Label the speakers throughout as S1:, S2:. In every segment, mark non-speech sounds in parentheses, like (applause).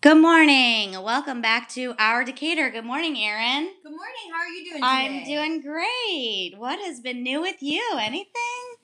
S1: Good morning. Welcome back to Our Decatur. Good morning, Erin.
S2: Good morning. How are you doing today?
S1: I'm doing great. What has been new with you? Anything?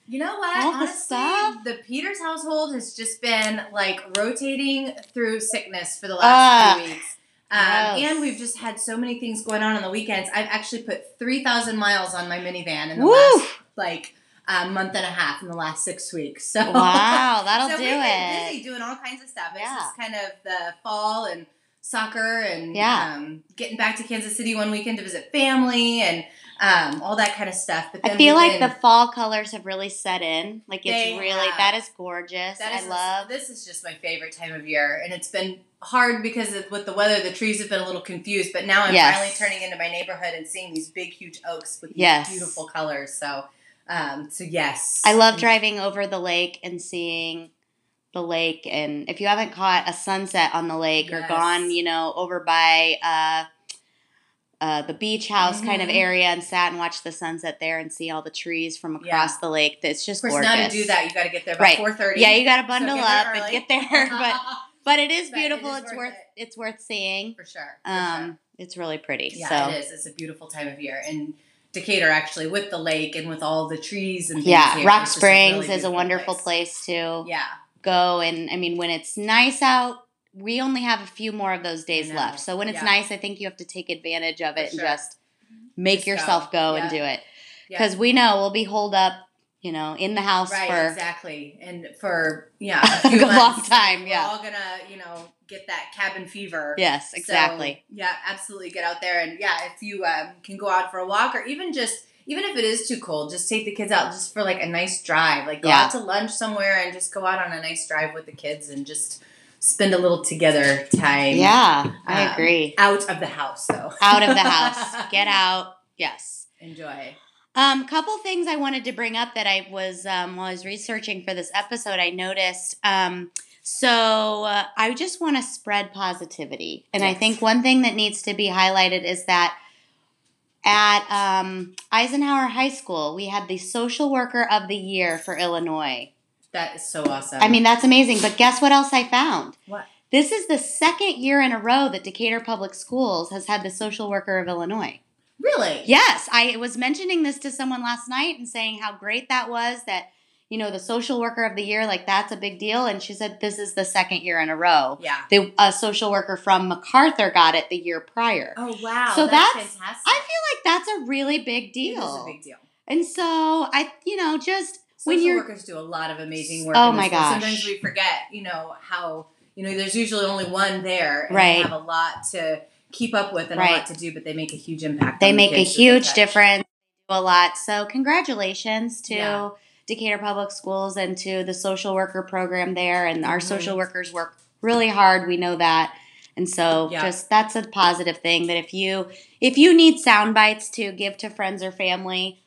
S2: You know what?
S1: All the
S2: Honestly,
S1: stuff.
S2: the Peters household has just been like rotating through sickness for the
S1: Ah.
S2: last few weeks. Um,
S1: Gross.
S2: and we've just had so many things going on on the weekends. I've actually put 3,000 miles on my minivan in the
S1: Woo!
S2: last like uh, month and a half in the last six weeks. So
S1: Wow, that'll
S2: so
S1: do
S2: we've been
S1: it.
S2: busy doing all kinds of stuff. It's
S1: Yeah.
S2: just kind of the fall and soccer and
S1: Yeah.
S2: um, getting back to Kansas City one weekend to visit family and um, all that kind of stuff. But then
S1: I feel
S2: we've
S1: like
S2: been-
S1: the fall colors have really set in. Like it's
S2: They
S1: really
S2: have.
S1: that is gorgeous.
S2: that is-
S1: I love.
S2: this is just my favorite time of year, and it's been hard because of, with the weather, the trees have been a little confused. But now I'm
S1: Yes.
S2: finally turning into my neighborhood and seeing these big, huge oaks with these
S1: Yes.
S2: beautiful colors. So, um, so yes,
S1: I love driving over the lake and seeing the lake. And if you haven't caught a sunset on the lake or
S2: Yes.
S1: gone, you know, over by uh, uh, the beach house kind of
S2: Mhm.
S1: area and sat and watched the sunset there and see all the trees from across the lake. It's just
S2: Of course,
S1: gorgeous.
S2: now to do that, you got to get there by
S1: Right.
S2: four thirty.
S1: Yeah, you got to bundle
S2: get there
S1: up and
S2: early. Uh-huh.
S1: get there, (laughs) but but it is
S2: But it
S1: beautiful.
S2: is
S1: it's
S2: worth
S1: worth
S2: it.
S1: it's worth seeing.
S2: (laughs) for sure. for
S1: Um,
S2: sure.
S1: it's really pretty.
S2: Yeah,
S1: so
S2: it is. It's a beautiful time of year, and Decatur actually with the lake and with all the trees and things
S1: yeah,
S2: here,
S1: Rock
S2: it's just really
S1: Springs is a
S2: beautiful
S1: wonderful place, to
S2: Yeah,
S1: go. And I mean, when it's nice out, we only have a few more of those days
S2: know.
S1: left. So when it's
S2: Yeah.
S1: nice, I think you have to take advantage of
S2: For
S1: it and
S2: sure. Mm-hmm.
S1: just make
S2: Just go.
S1: yourself go, and do
S2: Yeah.
S1: it
S2: Yeah.
S1: because we know we'll be holed up, you know, in the house
S2: right,
S1: for (laughs)
S2: exactly. And for yeah, a, few
S1: a long
S2: months,
S1: time.
S2: we're
S1: Yeah.
S2: all gonna you know get that cabin fever.
S1: Yes,
S2: So,
S1: exactly.
S2: yeah, absolutely. Get out there and yeah, if you um, can go out for a walk or even just even if it is too cold, just take the kids out just for like a nice drive. Like go
S1: Yeah.
S2: out to lunch somewhere and just go out on a nice drive with the kids and just spend a little together time.
S1: yeah, I
S2: Um,
S1: agree.
S2: Out of the house though.
S1: Out of the
S2: (laughs)
S1: house, get out. Yes.
S2: Enjoy.
S1: Um, couple things I wanted to bring up that I was um, while I was researching for this episode, I noticed. Um, so uh, I just want to spread positivity, and I
S2: Yes.
S1: think one thing that needs to be highlighted is that at um, Eisenhower High School, we had the Social Worker of the Year for Illinois.
S2: That is so awesome.
S1: I mean, that's amazing. But guess what else I found?
S2: What?
S1: This is the second year in a row that Decatur Public Schools has had the Social Worker of Illinois.
S2: really?
S1: Yes, I was mentioning this to someone last night and saying how great that was that you know the social worker of the year like that's a big deal and she said this is the second year in a row.
S2: Yeah.
S1: The a social worker from MacArthur got it the year prior.
S2: Oh wow.
S1: So that's-
S2: fantastic.
S1: I feel like that's a really big
S2: It
S1: deal.
S2: is a big deal.
S1: and so I you know just
S2: Social
S1: when you're
S2: workers do a lot of amazing work.
S1: Oh
S2: in this
S1: my
S2: world.
S1: gosh.
S2: Sometimes we forget, you know, how you know there's usually only one there, and
S1: Right.
S2: They have a lot to keep up with and a
S1: Right.
S2: lot to do, but they make a huge impact.
S1: they
S2: on the
S1: make a
S2: kids that they
S1: huge
S2: touch.
S1: difference do a lot so congratulations to
S2: Yeah.
S1: decatur public schools and to the social worker program there and our
S2: Mhm.
S1: social workers work really hard we know that and so
S2: Yeah.
S1: just that's a positive thing that if you if you need sound bites to give to friends or family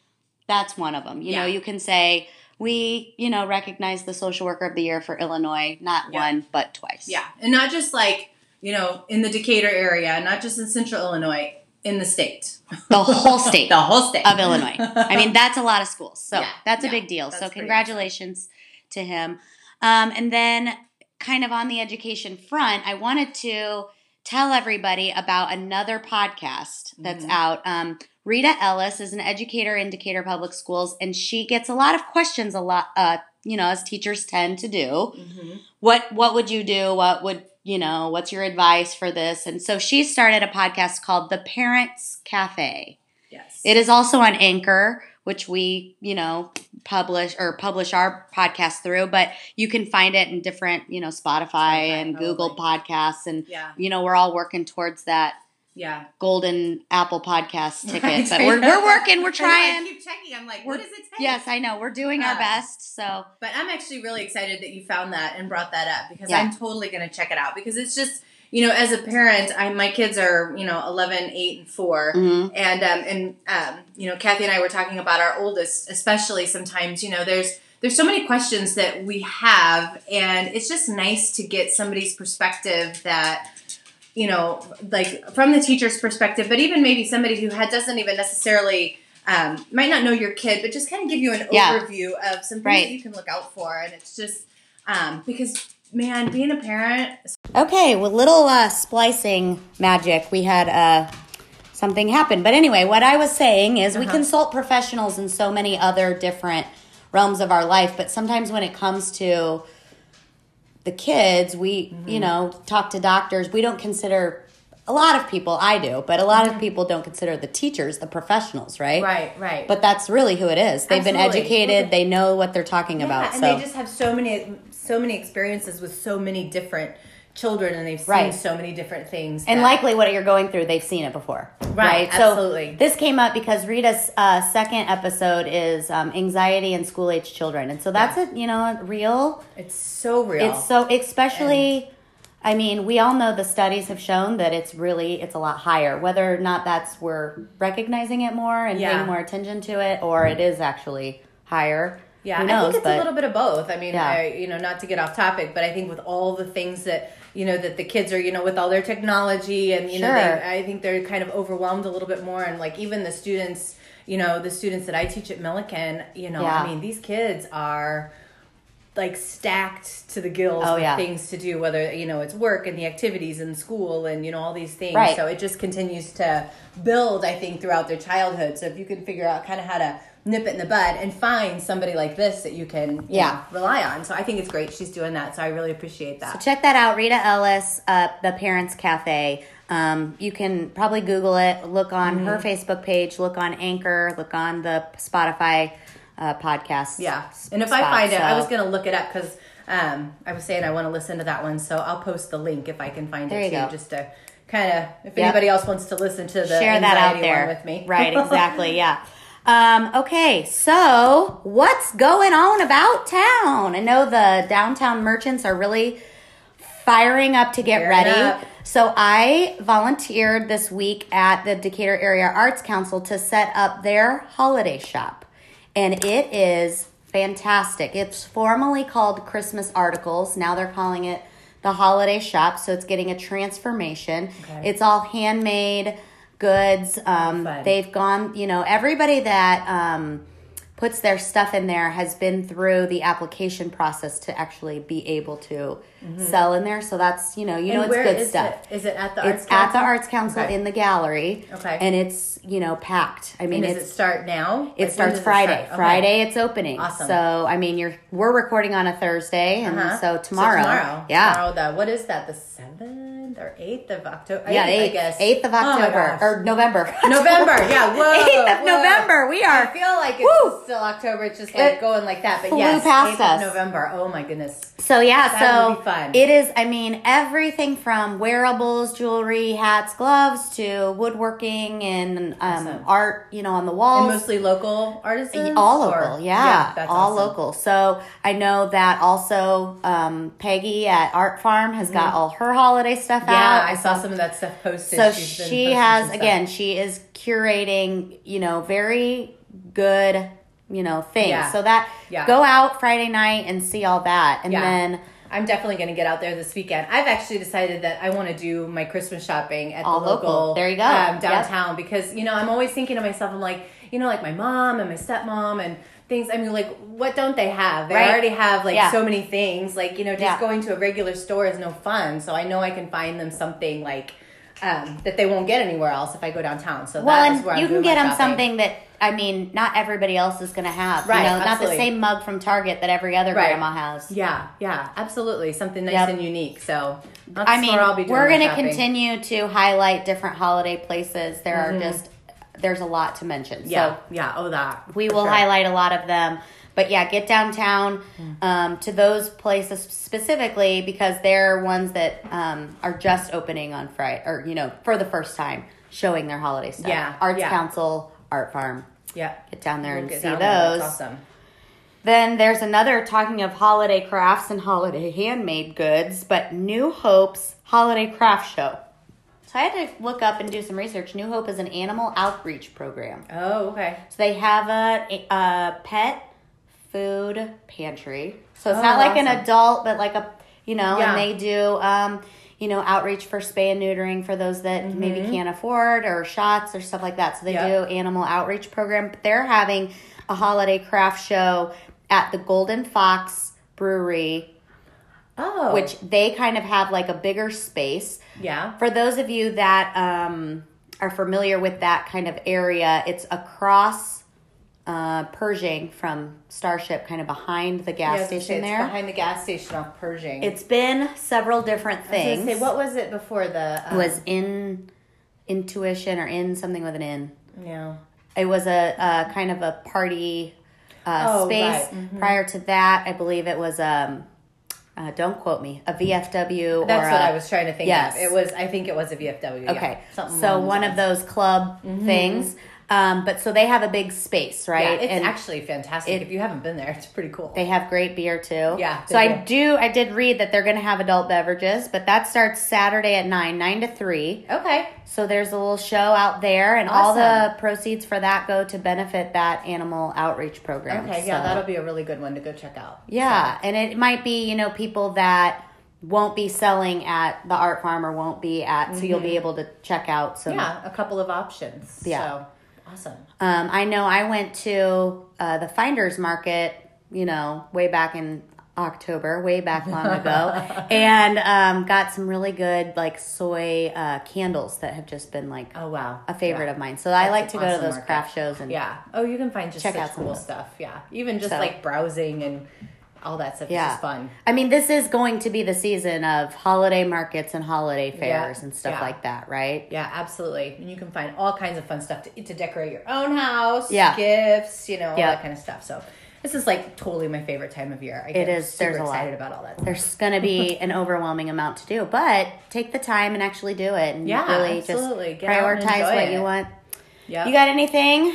S1: that's one of them you know
S2: Yeah.
S1: you can say we you know recognize the social worker of the year for illinois not
S2: Yeah.
S1: one but twice
S2: Yeah, and not just like you know in the Decatur area, not just in Central Illinois, in the state,
S1: the whole state
S2: (laughs) the whole state
S1: of Illinois. I
S2: (laughs)
S1: mean, that's a lot of schools. So
S2: Yeah,
S1: that's a
S2: yeah,
S1: big deal.
S2: that's
S1: So
S2: pretty
S1: congratulations to him. Um, and then, kind of on the education front, I wanted to tell everybody about another podcast that's
S2: Mhm.
S1: out. Um, Rita Ellis is an educator in Decatur Public Schools, and she gets a lot of questions. A lot, uh, you know, as teachers tend to do.
S2: Mhm.
S1: What What would you do? What would you know? What's your advice for this? And so she started a podcast called The Parents Cafe.
S2: Yes,
S1: It is also on Anchor, which we, you know, publish or publish our podcast through, but you can find it in different, you know, Spotify,
S2: Spotify,
S1: and Google Podcasts. And,
S2: Yeah,
S1: you know, we're all working towards that
S2: yeah.
S1: golden Apple podcast ticket.
S2: Right. (laughs)
S1: But we're, we're working, we're
S2: I know, I
S1: trying.
S2: keep checking. I'm like,
S1: We're-
S2: what does it take?
S1: Yes, I know. We're doing our
S2: Uh,
S1: best. So,
S2: But I'm actually really excited that you found that and brought that up because
S1: Yeah.
S2: I'm totally going to check it out because it's just, you know, as a parent, I my kids are, you know, 11, 8, and 4.
S1: mhm.
S2: And um and um you know, Kathy and I were talking about our oldest, especially sometimes, you know, there's there's so many questions that we have and it's just nice to get somebody's perspective that you know, like from the teacher's perspective, but even maybe somebody who had, doesn't even necessarily um, might not know your kid, but just kind of give you an
S1: Yeah.
S2: overview of some things
S1: Right.
S2: that you can look out for, and it's just um, because man, being a parent.
S1: Okay, with little uh, splicing magic, we had uh, something happen. But anyway, what I was saying is
S2: Uh-huh.
S1: we consult professionals in so many other different realms of our life, but sometimes when it comes to the kids, we,
S2: Mm-hmm.
S1: you know, talk to doctors. We don't consider a lot of people, I do, but a lot of people don't consider the teachers the professionals, right?
S2: Mm-hmm. Right, right.
S1: But that's really who it is. They've been
S2: Absolutely.
S1: educated, they know what they're talking about.
S2: Yeah, and
S1: so
S2: they just have so many so many experiences with so many different children and they've seen
S1: Right.
S2: so many different things
S1: And
S2: that-
S1: likely what you're going through, they've seen it before.
S2: Right, absolutely.
S1: So this came up because Rita's uh, second episode is um, anxiety in school age children. And so that's a, you know, a real.
S2: it's so real
S1: It's so, especially, I mean, we all know the studies have shown that it's really, it's a lot higher. Whether or not that's we're recognizing it more and
S2: Yeah. Mm-hmm.
S1: paying more attention to it or it is actually higher.
S2: yeah
S1: Who knows,
S2: i think it's
S1: but
S2: a little bit of both i mean
S1: Yeah.
S2: I, you know not to get off topic but i think with all the things that you know that the kids are you know with all their technology and you know
S1: Sure.
S2: they, i think they're kind of overwhelmed a little bit more and like even the students you know the students that i teach at milliken you know
S1: Yeah.
S2: i mean these kids are like stacked to the gills
S1: Oh,
S2: with
S1: yeah.
S2: things to do whether you know it's work and the activities and school and you know all these things
S1: Right.
S2: so it just continues to build i think throughout their childhood so if you can figure out kind of how to nip it in the bud and find somebody like this that you can you
S1: Yeah.
S2: know, rely on so i think it's great she's doing that so i really appreciate that
S1: Check that out, Rita Ellis, uh, the Parents Cafe. Um, you can probably Google it. Look on
S2: Mm-hmm.
S1: her Facebook page. Look on Anchor. Look on the Spotify uh, podcast.
S2: yeah
S1: s-
S2: and if i
S1: spot,
S2: find it i
S1: so-
S2: was gonna look it up because um, i was saying i want to listen to that one so i'll post the link if i can find
S1: There
S2: it
S1: you
S2: too
S1: go.
S2: just to kind of if
S1: Yep.
S2: anybody else wants to listen to the
S1: share that out
S2: anxiety
S1: there
S2: one with me (laughs)
S1: right? Exactly. yeah. Um, okay, so what's going on about town? I know the downtown merchants are really firing up to get
S2: Firing
S1: ready.
S2: up.
S1: So I volunteered this week at the Decatur Area Arts Council to set up their holiday shop. And it is fantastic. It's formerly called Christmas Articles. Now they're calling it the Holiday Shop. So it's getting a transformation.
S2: Okay.
S1: It's all handmade goods. Um,
S2: Fun.
S1: they've gone, you know, everybody that. Um, puts their stuff in there has been through the application process to actually be able to sell in there. So that's you know you know
S2: Mm-hmm.
S1: it's
S2: And where
S1: good
S2: is
S1: stuff.
S2: It? Is it at the
S1: It's
S2: Arts
S1: at the
S2: Council?
S1: Arts Council
S2: Okay.
S1: in the gallery.
S2: Okay.
S1: and it's you know packed. I mean
S2: And does it
S1: it's.
S2: start now? Like,
S1: It
S2: when
S1: starts
S2: does it
S1: Friday.
S2: start? Okay.
S1: Friday, it's opening.
S2: Awesome.
S1: So I mean, you're we're recording on a Thursday, and
S2: Uh-huh.
S1: so tomorrow,
S2: tomorrow.
S1: yeah,
S2: Tomorrow the what is that? The seventh or eighth of October?
S1: yeah,
S2: eighth, I
S1: eighth,
S2: guess.
S1: eighth of
S2: Oh my
S1: October
S2: gosh.
S1: or November,
S2: (laughs) November. Yeah. Whoa.
S1: eighth (laughs) of
S2: whoa.
S1: November. We
S2: I
S1: are
S2: feel like it's
S1: Woo.
S2: still October. It's just like
S1: It
S2: going like that. But
S1: flew
S2: yes,
S1: past
S2: 8th
S1: us.
S2: of November. Oh my goodness.
S1: So yeah,
S2: That
S1: so
S2: would be fun.
S1: it is. I mean, everything from wearables, jewelry, hats, gloves to woodworking and um,
S2: Awesome.
S1: art. You know, on the
S2: And
S1: walls.
S2: mostly local artisans.
S1: all
S2: or-
S1: local, yeah,
S2: that's
S1: all
S2: awesome.
S1: local. So I know that also um, Peggy at Art Farm has got all her holiday stuff
S2: Mm-hmm. Yeah,
S1: out.
S2: I saw some of that stuff posted.
S1: So
S2: She's been
S1: she
S2: posting
S1: has
S2: some stuff.
S1: again. She is curating, you know, very good, you know, things.
S2: Yeah.
S1: So that
S2: Yeah.
S1: go out Friday night and see all that, and
S2: Yeah.
S1: then
S2: I'm definitely going to get out there this weekend. I've actually decided that I want to do my Christmas shopping at
S1: All
S2: the
S1: local.
S2: local,
S1: There you go.
S2: um,
S1: Yep.
S2: downtown because you know I'm always thinking to myself, I'm like, you know, like my mom and my stepmom and things. I mean, like, what don't they have? They
S1: Right.
S2: already have like
S1: Yeah.
S2: so many things. Like you know, just
S1: Yeah.
S2: going to a regular store is no fun. So I know I can find them something like. Um, that they won't get anywhere else if I go downtown. So
S1: Well,
S2: that
S1: and
S2: is where
S1: you
S2: I'm
S1: can
S2: doing my
S1: get them
S2: shopping.
S1: something that I mean, not everybody else is going to have.
S2: Right,
S1: You know, not the
S2: absolutely.
S1: same mug from Target that every other
S2: Right.
S1: grandma has.
S2: Yeah, yeah, absolutely, something nice
S1: Yep.
S2: and unique. So that's
S1: I mean,
S2: where I'll be doing
S1: we're
S2: my
S1: going to
S2: shopping.
S1: continue to highlight different holiday places. There are just there's a lot to mention.
S2: Mm-hmm. Yeah,
S1: So
S2: yeah. Oh, that
S1: we
S2: for
S1: will
S2: sure.
S1: highlight a lot of them. But yeah, get downtown
S2: Mm.
S1: um, to those places specifically because they're ones that um, are just opening on Friday or you know for the first time showing their holiday stuff.
S2: Yeah,
S1: Arts
S2: yeah.
S1: Council, Art Farm.
S2: Yeah.
S1: Get down there
S2: We'll
S1: and
S2: get
S1: see
S2: down
S1: those.
S2: there. That's awesome.
S1: Then there's another talking of holiday crafts and holiday handmade goods, but New Hope's Holiday Craft Show. So I had to look up and do some research. New Hope is an animal outreach program.
S2: Oh, okay.
S1: So they have a, a pet food pantry. So it's
S2: Oh,
S1: not like an
S2: awesome.
S1: adult, but like a, you know,
S2: Yeah.
S1: and they do, um, you know, outreach for spay and neutering for those that maybe can't afford or shots or stuff like that. So they
S2: Mm-hmm. Yep.
S1: do animal outreach program. But they're having a holiday craft show at the Golden Fox Brewery
S2: Oh.
S1: which they kind of have like a bigger space.
S2: Yeah.
S1: For those of you that um, are familiar with that kind of area, it's across uh, Pershing from Starship, kind of behind the gas
S2: Yeah, I was gonna say,
S1: station
S2: it's
S1: there.
S2: behind the gas station off Pershing.
S1: it's been several different
S2: I was gonna
S1: things.
S2: Say, what was it before the um,
S1: was in intuition or in something with an in?
S2: Yeah.
S1: It was a, a kind of a party uh,
S2: Oh,
S1: space.
S2: right.
S1: Prior to that, I believe it was um, uh, don't quote me a VFW.
S2: That's
S1: or
S2: what
S1: a-
S2: I was trying to think
S1: yes.
S2: of. It was I think it was a VFW. yeah.
S1: Okay,
S2: Something
S1: so
S2: along
S1: one
S2: those Mm-hmm.
S1: of those club things. Um, but so they have a big space, right?
S2: Yeah, it's
S1: and
S2: actually fantastic. if you haven't been there, it's pretty cool.
S1: they have great beer too.
S2: Yeah,
S1: So
S2: they
S1: I do. I did read that they're going to have adult beverages, but that starts Saturday at nine, nine to three.
S2: okay.
S1: So there's a little show out there, and all the
S2: Awesome.
S1: proceeds for that go to benefit that animal outreach program.
S2: Okay, yeah,
S1: So-
S2: that'll be a really good one to go check out.
S1: yeah, and it might be you know people that won't be selling at the art farm or won't be at, so you'll be able to check out some
S2: Mm-hmm. Yeah, a couple of options.
S1: Yeah.
S2: So awesome.
S1: Um, I know I went to uh, the Finders Market, you know, way back in October, way
S2: (laughs)
S1: back long ago, and um, got some really good like soy uh, candles that have just been like
S2: Oh wow.
S1: a favorite of mine. So I
S2: That's
S1: like
S2: an
S1: to go
S2: awesome
S1: to those
S2: market.
S1: craft shows and
S2: Yeah. Oh, you can find just
S1: Check
S2: such
S1: out some
S2: cool
S1: of those.
S2: stuff. Yeah. Even just
S1: So-
S2: like browsing and all that stuff
S1: Yeah.
S2: is just fun.
S1: I mean, this is going to be the season of holiday markets and holiday fairs and stuff
S2: Yeah.
S1: like that, right?
S2: Yeah, absolutely. And you can find all kinds of fun stuff to, to decorate your own house,
S1: Yeah.
S2: gifts, you know, all
S1: Yeah.
S2: that kind of stuff. So this is like totally my favorite time of year. I
S1: It
S2: get
S1: is.
S2: super
S1: There's a lot.
S2: excited about all that. stuff.
S1: There's going to
S2: (laughs)
S1: be an overwhelming amount to do, but take the time and actually do it and
S2: Yeah,
S1: really
S2: absolutely.
S1: just
S2: Get out and
S1: prioritize
S2: enjoy
S1: what
S2: it. Uh,
S1: you want.
S2: Yeah.
S1: You got anything?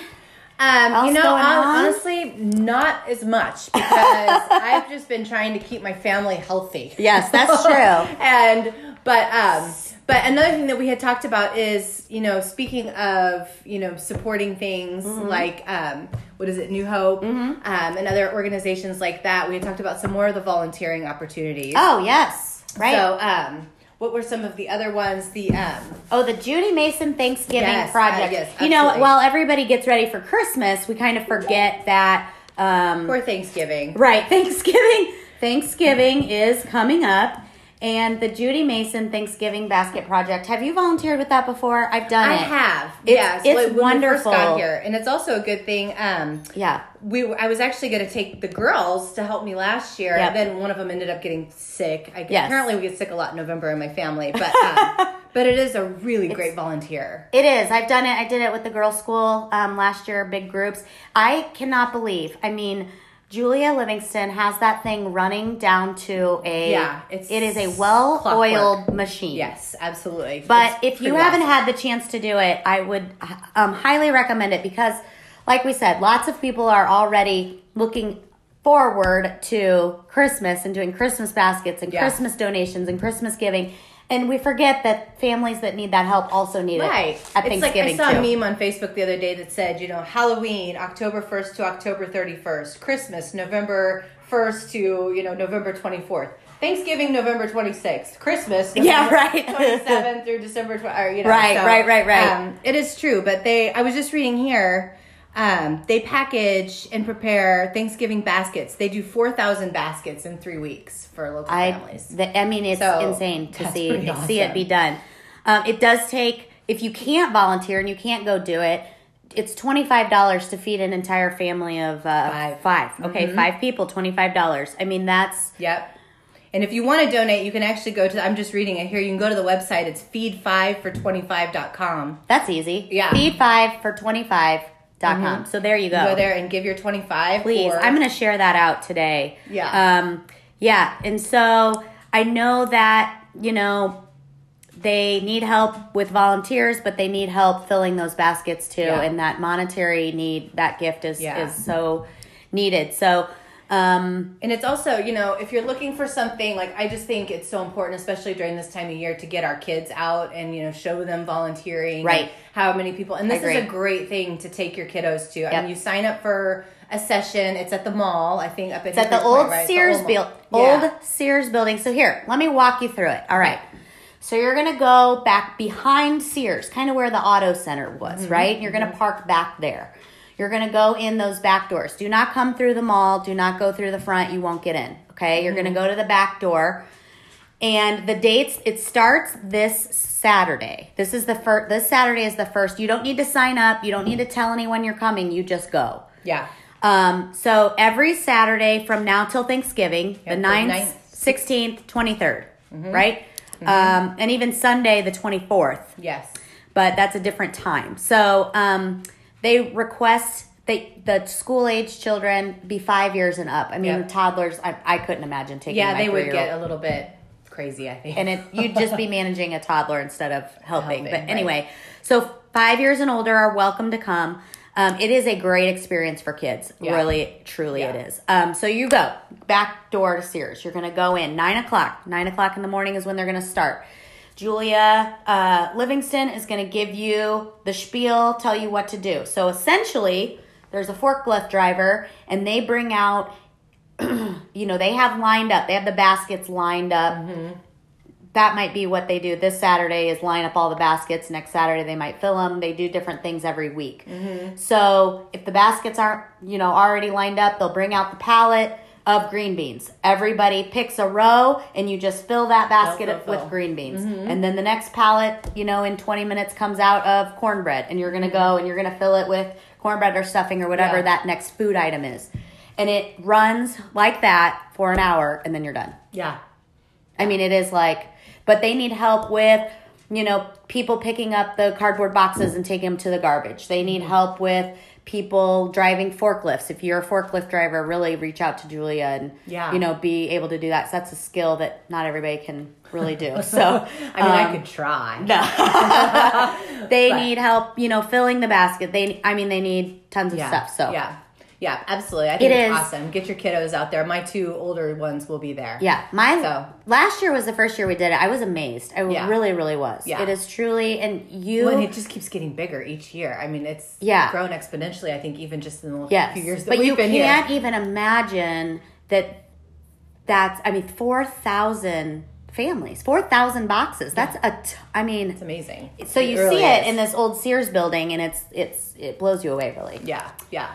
S2: Um,
S1: Else
S2: you know,
S1: going
S2: hon-
S1: on?
S2: honestly, not as much because
S1: (laughs)
S2: I've just been trying to keep my family healthy.
S1: Yes,
S2: (laughs)
S1: that's true.
S2: and but um, but another thing that we had talked about is you know speaking of you know supporting things
S1: Mm-hmm.
S2: like um, what is it New Hope um, and other organizations like that. We had talked about some more of the volunteering opportunities.
S1: Oh, yes. Right.
S2: So um, what were some of the other ones? The um,
S1: oh, the Judy Mason Thanksgiving
S2: Yes, uh,
S1: project.
S2: yes,
S1: you know,
S2: absolutely.
S1: while everybody gets ready for Christmas, we kind of forget that. Um,
S2: for Thanksgiving.
S1: right. (laughs) Thanksgiving. Thanksgiving is coming up. And the Judy Mason Thanksgiving Basket Project. Have you volunteered with that before? I've done
S2: I
S1: it.
S2: have.
S1: It's-
S2: yes,
S1: it's
S2: like, when we first
S1: wonderful.
S2: got here, and it's also a good thing. Um,
S1: Yeah.
S2: we were- I was actually going to take the girls to help me last year,
S1: Yep.
S2: and then one of them ended up getting sick. I,
S1: Yes.
S2: Apparently, we get sick a lot in November in my
S1: (laughs)
S2: family, but um, but it is a really great volunteer.
S1: It is. I've done it. I did it with the girls' school um, last year, big groups. I cannot believe. I mean, Julia Livingston has that thing running down to a.
S2: Yeah, it's
S1: it is a well-oiled
S2: clockwork.
S1: machine.
S2: Yes, absolutely.
S1: But
S2: It's
S1: if you
S2: pretty
S1: haven't
S2: awesome.
S1: had the chance to do it, I would um, highly recommend it because, like we said, lots of people are already looking forward to Christmas and doing Christmas baskets and
S2: Yeah.
S1: Christmas donations and Christmas giving. And we forget that families that need that help also need
S2: Right.
S1: it at
S2: it's like I
S1: Thanksgiving
S2: saw
S1: too.
S2: a meme on Facebook the other day that said, you know, Halloween, October 1st to October 31st, Christmas, November 1st to, you know, November 24th. Thanksgiving, November 26th. Christmas, November
S1: (laughs) Yeah, right.
S2: 27th through December 12th. Or, you know,
S1: Right, right, right, right.
S2: Um, it is true, but they, I was just reading here, um, they package and prepare Thanksgiving baskets. They do 4,000 baskets in three weeks for local
S1: I,
S2: families.
S1: the, I mean, it's
S2: So,
S1: insane to
S2: that's
S1: see
S2: pretty
S1: see it be
S2: awesome.
S1: done. Um, it does take if you can't volunteer and you can't go do it. It's twenty five dollars to feed an entire family of uh,
S2: Five. Mm-hmm.
S1: Okay, five people, twenty five dollars. I mean, that's
S2: Yep. And if you want to donate, you can actually go to, I'm just reading it here, you can go to the website. It's feed5for25.com.
S1: that's easy.
S2: Yeah. Mm-hmm.
S1: feed five for twenty five dot com. So there you go.
S2: Go there and give your 25.
S1: Please,
S2: or-
S1: I'm going to share that out today.
S2: Yeah.
S1: Um, yeah. And so I know that, you know, they need help with volunteers, but they need help filling those baskets too.
S2: Yeah.
S1: And that monetary need, that gift is,
S2: Yeah.
S1: is so needed. So, um,
S2: And it's also, you know, if you're looking for something, like I just think it's so important, especially during this time of year, to get our kids out and, you know, show them volunteering.
S1: Right.
S2: How many people. And this is
S1: agree.
S2: a great thing to take your kiddos to. I
S1: Yep.
S2: mean, you sign up for a session, it's at the mall, I think, up at,
S1: it's at the
S2: Hickory Point,
S1: old
S2: right? The
S1: Sears
S2: mall.
S1: build,
S2: Yeah.
S1: old Sears building. So here, let me walk you through it. All right. So you're going to go back behind Sears, kind of where the auto center was,
S2: Mm-hmm.
S1: right? You're going to park back there. You're going to go in those back doors.
S2: Mm-hmm.
S1: Do not come through the mall. Do not go through the front. You won't get in. Okay. You're going to go to the back door. And the dates, it starts this Saturday. This is the first, this Saturday is the first. You don't need to sign up. You don't need to tell anyone you're coming. You just go.
S2: Yeah.
S1: Um, so every Saturday from now till Thanksgiving,
S2: Yep,
S1: the
S2: the
S1: 9th,
S2: ninth. Mm-hmm.
S1: 16th, 23rd, right? Um, and even Sunday, the 24th
S2: Yes.
S1: but that's a different time. So um, they request they the school age children be five years and up. I mean,
S2: Yep.
S1: toddlers, I, I couldn't imagine taking.
S2: Yeah,
S1: my
S2: they would
S1: three-year-old.
S2: get a little bit crazy, I
S1: (laughs)
S2: think.
S1: and it you'd just be managing a toddler instead of helping.
S2: Helping,
S1: but
S2: right.
S1: anyway, so five years and older are welcome to come. Um, it is a great experience for kids.
S2: Yeah.
S1: Really, truly,
S2: Yeah.
S1: it is. Um, so you go back door to Sears. You're going to go in nine o'clock. Nine o'clock in the morning is when they're going to start. Julia uh, Livingston is going to give you the spiel, tell you what to do. So essentially, there's a forklift driver, and they bring out, (clears throat) you know, they have lined up. They have the baskets lined up that might be what they do this saturday is line up all the baskets next saturday they might fill them they do different things every week
S2: Mm-hmm.
S1: so if the baskets aren't you know already lined up they'll bring out the pallet of green beans everybody picks a row and you just fill that basket
S2: fill,
S1: with
S2: fill. Mm-hmm.
S1: green beans and then the next pallet you know in 20 minutes comes out of cornbread and you're gonna go and you're gonna fill it with cornbread or stuffing or whatever
S2: Mm-hmm. Yeah.
S1: that next food item is and it runs like that for an hour and then you're done
S2: yeah.
S1: I mean, it is like, but they need help with, you know, people picking up the cardboard boxes and taking them to the garbage. They
S2: Mm-hmm.
S1: need help with people driving forklifts. If you're a forklift driver, really reach out to Julia and,
S2: Yeah.
S1: you know, be able to do that. So that's a skill that not everybody can really
S2: (laughs)
S1: do. So
S2: I mean,
S1: Um,
S2: I could try.
S1: they need help, you know, filling the basket. They, I mean, they need tons of
S2: yeah.
S1: stuff. So
S2: yeah, yeah, absolutely. I think
S1: It
S2: it's
S1: is.
S2: awesome. Get your kiddos out there. My two older ones will be there.
S1: Yeah, my
S2: So-
S1: last year was the first year we did it. I was amazed. I
S2: Yeah.
S1: really, really was.
S2: Yeah.
S1: It is truly, and you.
S2: Well, and it just keeps getting bigger each year. I mean, it's
S1: Yeah.
S2: grown exponentially. I think even just in the
S1: Yes,
S2: few years that
S1: but
S2: we've
S1: you
S2: been
S1: can't
S2: here.
S1: even imagine that. That's I mean four thousand families, four thousand boxes. That's a. T- I
S2: It's
S1: mean,
S2: amazing.
S1: so you
S2: really
S1: see it
S2: is.
S1: in this old Sears building, and it's it's it blows you away really.
S2: yeah, yeah,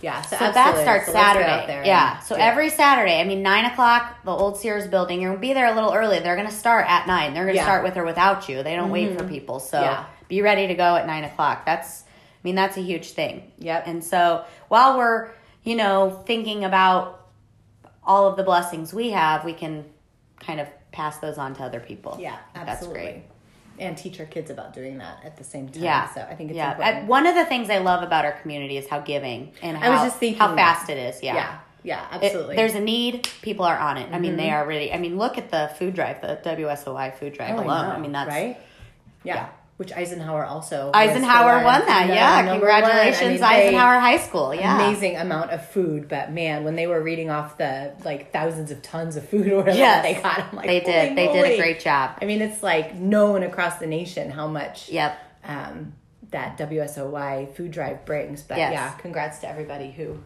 S2: yeah. So,
S1: So that
S2: absolutely.
S1: starts
S2: So let's get
S1: Saturday.
S2: out there
S1: yeah.
S2: and
S1: So
S2: do it.
S1: every Saturday, I mean, nine o'clock, the old Sears building. You're gonna be there a little early. They're gonna start at nine. They're gonna
S2: Yeah. Mm-hmm.
S1: start with or without you. They don't wait for people. So
S2: Yeah.
S1: be ready to go at nine o'clock. That's, I mean, that's a huge thing.
S2: Yep.
S1: And so while we're, you know, thinking about all of the blessings we have, we can kind of pass those on to other people.
S2: yeah,
S1: I think
S2: absolutely. And teach our kids about doing that at the same time.
S1: Yeah.
S2: So I think it's
S1: yeah.
S2: important.
S1: I- one of the things I love about our community is how giving and how,
S2: I was just thinking
S1: how
S2: that.
S1: fast it is.
S2: yeah, yeah,
S1: It-
S2: absolutely. Mm-hmm.
S1: there's a need. People are on it. I mean, they are ready. I mean, look at the food drive, the WSOI food drive
S2: Oh,
S1: alone.
S2: know,
S1: I mean, that's
S2: right. Yeah.
S1: yeah.
S2: Which Eisenhower also was
S1: Eisenhower
S2: the
S1: won
S2: one-
S1: that.
S2: the
S1: Yeah,
S2: uh, number
S1: congratulations,
S2: one. I mean, they-
S1: Eisenhower High School. Yeah,
S2: Amazing amount of food, but man, when they were reading off the like thousands of tons of food (laughs) or whatever
S1: Yes.
S2: they got, I'm like,
S1: they
S2: "Holy
S1: did. They did a
S2: moly."
S1: great job.
S2: I mean, it's like known across the nation how much
S1: Yep.
S2: um, that WSOY food drive brings. But
S1: Yes.
S2: yeah, congrats to everybody who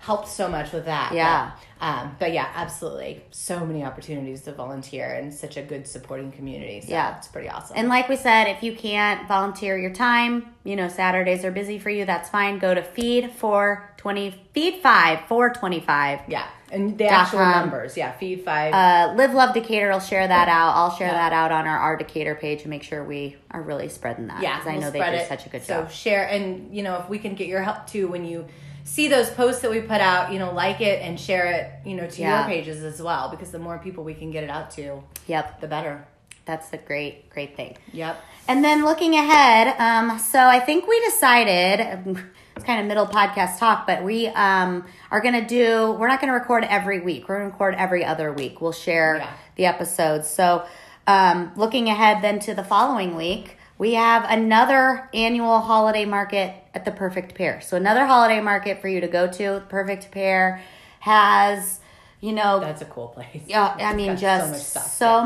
S2: helped so much with that.
S1: Yeah.
S2: But, um, but yeah, absolutely. So many opportunities to volunteer and such a good supporting community. So
S1: Yeah.
S2: yeah. It's pretty awesome.
S1: And like we said, if you can't volunteer your time, you know, Saturdays are busy for you. That's fine. Go to feed for twenty feed five for twenty five.
S2: yeah. And the
S1: Dot
S2: actual
S1: com.
S2: numbers. Yeah. Feed five.
S1: Uh, Live Love Decatur will share that out. I'll share that out on our R Decatur page and make sure we are really spreading that.
S2: yeah.
S1: because I
S2: we'll
S1: know they
S2: spread
S1: do
S2: it.
S1: such a good
S2: so
S1: job.
S2: share. And, you know, if we can get your help too, when you see those posts that we put out, you know, like it and share it, you know, to
S1: Yeah.
S2: your pages as well, because the more people we can get it out to,
S1: Yep.
S2: the better.
S1: That's a great, great thing.
S2: Yep.
S1: And then looking ahead, um, so I think we decided (laughs) it's kind of middle podcast talk, but we um, are going to do, we're not going to record every week. We're going to record every other week. We'll share
S2: Yeah.
S1: the episodes. So um, looking ahead then to the following week, we have another annual holiday market at the Perfect Pair. So another holiday market for you to go to. Perfect Pair has, you know,
S2: That's a cool place.
S1: yeah, I mean,
S2: got so
S1: just so
S2: much
S1: much,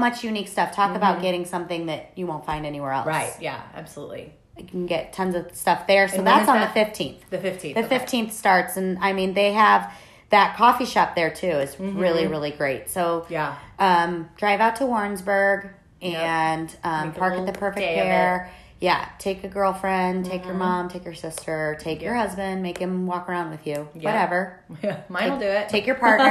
S2: stuff. Mm-hmm.
S1: unique stuff. Talk about getting something that you won't find anywhere else.
S2: Right. Yeah. Absolutely.
S1: You can get tons of stuff there. So
S2: And when
S1: that's
S2: is
S1: on
S2: that?
S1: the 15th.
S2: The fifteenth.
S1: The 15th starts, and I mean, they have that coffee shop there too. It's really, really great. So
S2: Mm-hmm. Yeah. (laughs)
S1: um, drive out to Warrensburg and um,
S2: Make a
S1: park at
S2: little
S1: the Perfect
S2: day of Mm-hmm.
S1: Pair. Yeah, take a girlfriend, take your mom, take your sister, take your husband, make him walk around with you. Whatever.
S2: Yeah, mine'll do it.
S1: Take your
S2: (laughs)
S1: partner.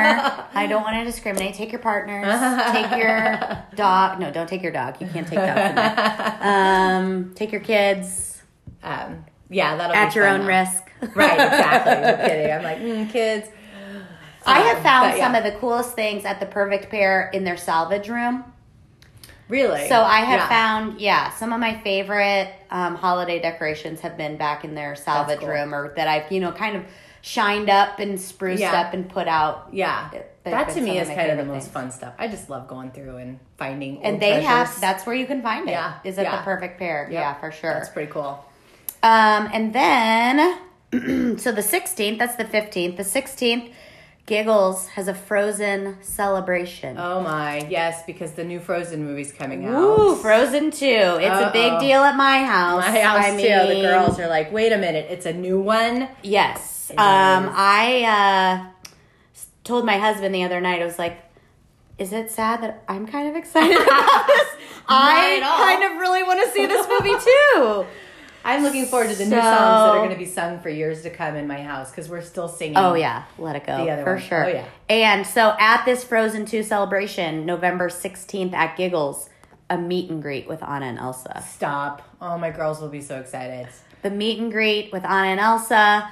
S1: I don't want to discriminate. Take your partners. take your dog. No, don't take your dog. You can't take dogs. in
S2: (laughs)
S1: there. Um, take your kids
S2: Um, yeah, that'll
S1: at
S2: be
S1: your own
S2: fun
S1: (laughs)
S2: though.
S1: risk.
S2: (laughs) Right, exactly.
S1: (laughs)
S2: You're (laughs) kidding. I'm like, mm, kids.
S1: I have found
S2: But, yeah.
S1: some of the coolest things at the Perfect Pair in their salvage room.
S2: Really?
S1: So I have
S2: Yeah.
S1: found, yeah, some of my favorite um, holiday decorations have been back in their salvage
S2: cool.
S1: room, or that I've you know kind of shined up and spruced
S2: Yeah.
S1: up and put out.
S2: Yeah.
S1: It- they've
S2: That to
S1: been
S2: me
S1: some of
S2: is
S1: my
S2: kind of the
S1: favorite
S2: most
S1: things.
S2: fun stuff. I just love going through and finding old
S1: And they have
S2: treasures.
S1: that's where you can find it. Is
S2: Yeah,
S1: it
S2: yeah.
S1: the perfect pair?
S2: Yep.
S1: Yeah, for sure.
S2: That's pretty cool.
S1: Um, and then, (clears throat) so the 16th, that's the 15th. The 16th, Giggles has a frozen celebration.
S2: Oh my, yes, because the new Frozen movie's coming out.
S1: Ooh, Frozen 2. It's a big
S2: Uh-oh.
S1: deal at my house.
S2: My house
S1: I
S2: too. the
S1: mean,
S2: girls are like, wait a minute, it's a new one.
S1: Yes. Um, I uh, s- told my husband the other night, I was like, is it sad that I'm kind of excited
S2: (laughs)
S1: about this? I
S2: at all.
S1: kind of really want to see this movie
S2: (laughs)
S1: too.
S2: I'm looking forward to the new
S1: So-
S2: songs that are going to be sung for years to come in my house because we're still singing.
S1: Oh, yeah. Let it go.
S2: Um, The other
S1: for
S2: one.
S1: sure.
S2: Oh, yeah.
S1: And so at this Frozen 2 celebration, November 16th at Giggles, a meet and greet with Anna and Elsa.
S2: Stop. Oh, my girls will be so excited.
S1: the meet and greet with Anna and Elsa.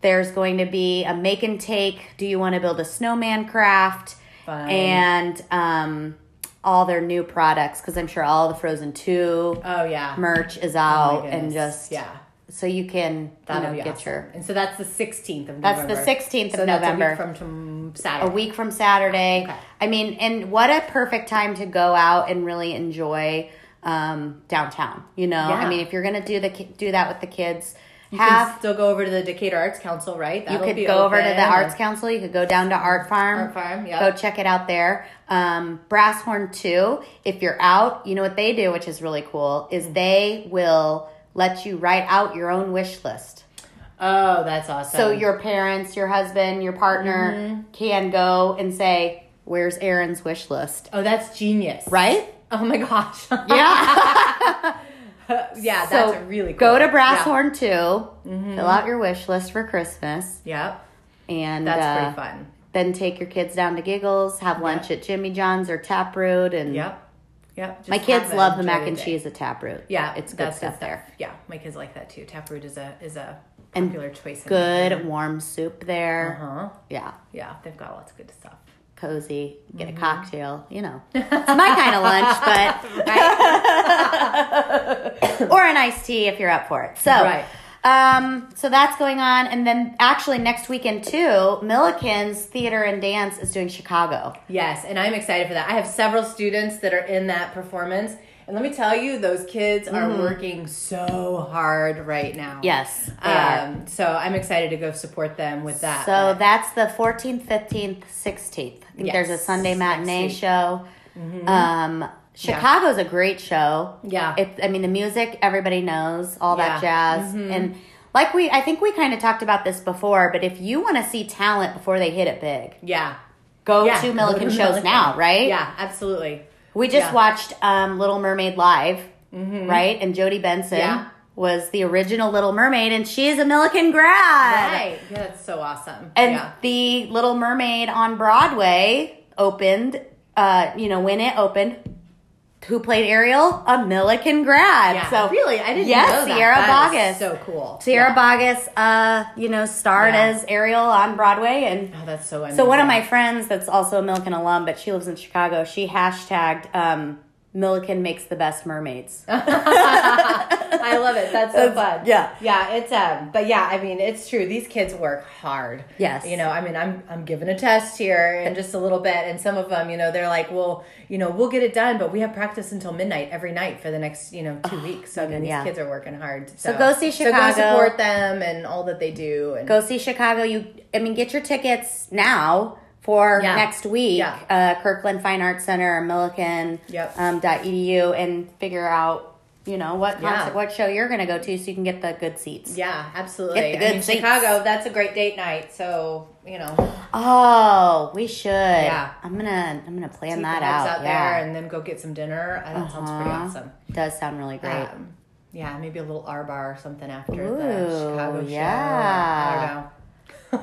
S1: There's going to be a make and take. Do you want to build a snowman craft?
S2: Fun.
S1: And um, all their new products because I'm sure all the Frozen Two
S2: Oh, yeah.
S1: merch is
S2: Oh,
S1: out
S2: my
S1: and
S2: goodness.
S1: just
S2: Yeah.
S1: so you can you
S2: That'll
S1: know,
S2: be
S1: get
S2: awesome.
S1: your
S2: And so that's the 16th of
S1: That's the
S2: November.
S1: 16th of
S2: So that's a week
S1: November.
S2: from tom-
S1: a
S2: Saturday.
S1: week from Saturday. I mean, and what a perfect time to go out and really enjoy um, downtown. You know, I
S2: Yeah.
S1: mean, if you're gonna do the ki- do that with the kids,
S2: You
S1: have
S2: can still go over to the Decatur Arts Council, right?
S1: You
S2: That'll
S1: could
S2: be
S1: go over to
S2: open.
S1: the Arts Council. You could go down to Art Farm.
S2: Art Farm, yeah.
S1: Go check it out there. Um, Brass Horn 2, if you're out, you know what they do, which is really cool, is
S2: Mm-hmm.
S1: they will let you write out your own wish list.
S2: Oh, that's awesome.
S1: So your parents, your husband, your partner
S2: Mm-hmm.
S1: can go and say, Where's Aaron's wish list?
S2: oh, that's genius. (laughs)
S1: Right?
S2: Oh my gosh.
S1: Yeah.
S2: yeah,
S1: (laughs) so
S2: that's really cool.
S1: go to Brass
S2: yeah. Mm-hmm.
S1: Horn 2, fill out your wish list for Christmas,
S2: Yep.
S1: and
S2: That's
S1: uh,
S2: pretty fun.
S1: then take your kids down to Giggles, have lunch at Jimmy John's or Taproot, and
S2: Yep. Yep. Just
S1: my kids
S2: have a
S1: love the mac
S2: joy
S1: and
S2: day.
S1: cheese at Taproot.
S2: Yeah,
S1: it's good
S2: that's
S1: stuff there.
S2: Yeah, my kids like that too. Taproot is a is a
S1: And
S2: popular choice. in- Mm-hmm.
S1: Good warm soup there.
S2: Huh?
S1: Yeah,
S2: Yeah, they've got lots of good stuff.
S1: cozy. Get
S2: Mm-hmm.
S1: a cocktail. You know, it's my kind of lunch,
S2: (laughs)
S1: but (laughs) or an iced tea if you're up for it. So.
S2: Right.
S1: Um, so that's going on, and then actually next weekend too, Milliken's Theater and Dance is doing Chicago.
S2: Yes, and I'm excited for that. I have several students that are in that performance. And let me tell you, those kids are working so hard right now.
S1: Mm-hmm. Yes, they are.
S2: Um, so I'm excited to go support them with that.
S1: So that's the 14th, 15th, 16th. I think there's a
S2: Yes, Mm-hmm.
S1: Sunday
S2: next
S1: matinee
S2: week.
S1: show. Um, Chicago's a great show.
S2: Yeah.
S1: It, I mean, the music, everybody knows, all that
S2: Yeah. Mm-hmm.
S1: jazz. And like we, I think we kind of talked about this before, but if you want to see talent before they hit it big,
S2: yeah.
S1: go
S2: yeah.
S1: to
S2: go
S1: Milliken shows
S2: Milliken.
S1: now, right?
S2: Yeah, absolutely.
S1: We just
S2: Yeah. Mm-hmm.
S1: watched um, Little Mermaid live, right? And Jodie Benson
S2: Yeah.
S1: was the original Little Mermaid, and she's a Milliken grad.
S2: Right. Yeah, that's so awesome.
S1: And
S2: yeah.
S1: the Little Mermaid on Broadway opened, uh, you know, when it opened, who played Ariel? A Milliken grad.
S2: Yeah.
S1: So
S2: really, I didn't
S1: yes,
S2: know that.
S1: Sierra
S2: That
S1: Boggess.
S2: is so cool.
S1: Sierra
S2: yeah.
S1: Boggess, uh, you know, starred
S2: Yeah.
S1: as Ariel on Broadway. And
S2: Oh, that's so amazing.
S1: so one of my friends that's also a Milliken alum, but she lives in Chicago, she hashtagged um, Milliken makes the best mermaids.
S2: Oh. I love it. That's so fun.
S1: yeah.
S2: Yeah, it's um but yeah, I mean it's true. These kids work hard.
S1: Yes.
S2: You know, I mean I'm I'm giving a test here in just a little bit and some of them, you know, they're like, Well, you know, we'll get it done, but we have practice until midnight every night for the next, you know,
S1: (sighs)
S2: two weeks. So I mean, these
S1: yeah.
S2: kids are working hard. So,
S1: go see Chicago.
S2: So go support them and all that they do and
S1: Go see Chicago. You, I mean, get your tickets now. For
S2: Yeah.
S1: next week,
S2: Yeah.
S1: uh, Kirkland Fine Arts Center or Milliken
S2: Yep.
S1: um, dot edu and figure out you know what
S2: Yeah.
S1: concert, what show you're going to go to so you can get the good seats.
S2: Yeah, absolutely.
S1: Get the
S2: I
S1: good
S2: mean,
S1: seats.
S2: Chicago, that's a great date night. So, you know,
S1: Oh, we should.
S2: Yeah.
S1: I'm gonna I'm gonna plan
S2: keep the
S1: that
S2: vibes
S1: out.
S2: out
S1: yeah,
S2: there and then go get some dinner. Uh, That sounds pretty
S1: Uh-huh.
S2: awesome.
S1: does sound really great.
S2: Um, Yeah, maybe a little R bar or something after the
S1: Ooh,
S2: Chicago show. I
S1: yeah.
S2: don't know. (laughs) All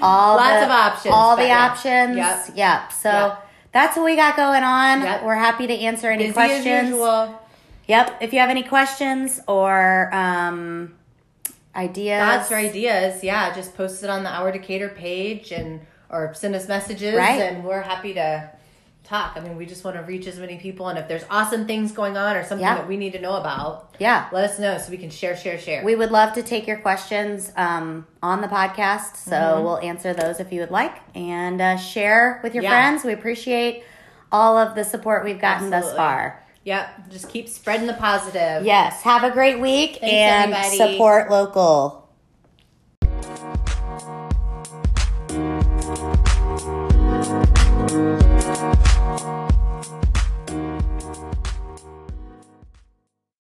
S1: all
S2: Lots
S1: the-
S2: of options.
S1: All
S2: but
S1: the
S2: yeah.
S1: options.
S2: Yep.
S1: Yep. So
S2: Yep.
S1: that's what we got going on.
S2: Yep.
S1: We're happy to answer any
S2: Busy
S1: questions.
S2: as usual.
S1: Yep. If you have any questions or um, ideas,
S2: Thoughts or ideas, yeah, just post it on the Hour Decatur page and or send us messages
S1: Right.
S2: and we're happy to talk. I mean, we just want to reach as many people and if there's awesome things going on or something
S1: Yeah.
S2: that we need to know about,
S1: Yeah.
S2: let us know so we can share, share, share.
S1: We would love to take your questions um, on the podcast. So
S2: Mm-hmm.
S1: we'll answer those if you would like and uh, share with your
S2: Yeah.
S1: friends. We appreciate all of the support we've gotten thus
S2: Absolutely.
S1: far.
S2: yep, just keep spreading the positive.
S1: Yes. Have a great week
S2: Thanks,
S1: and
S2: everybody.
S1: support local.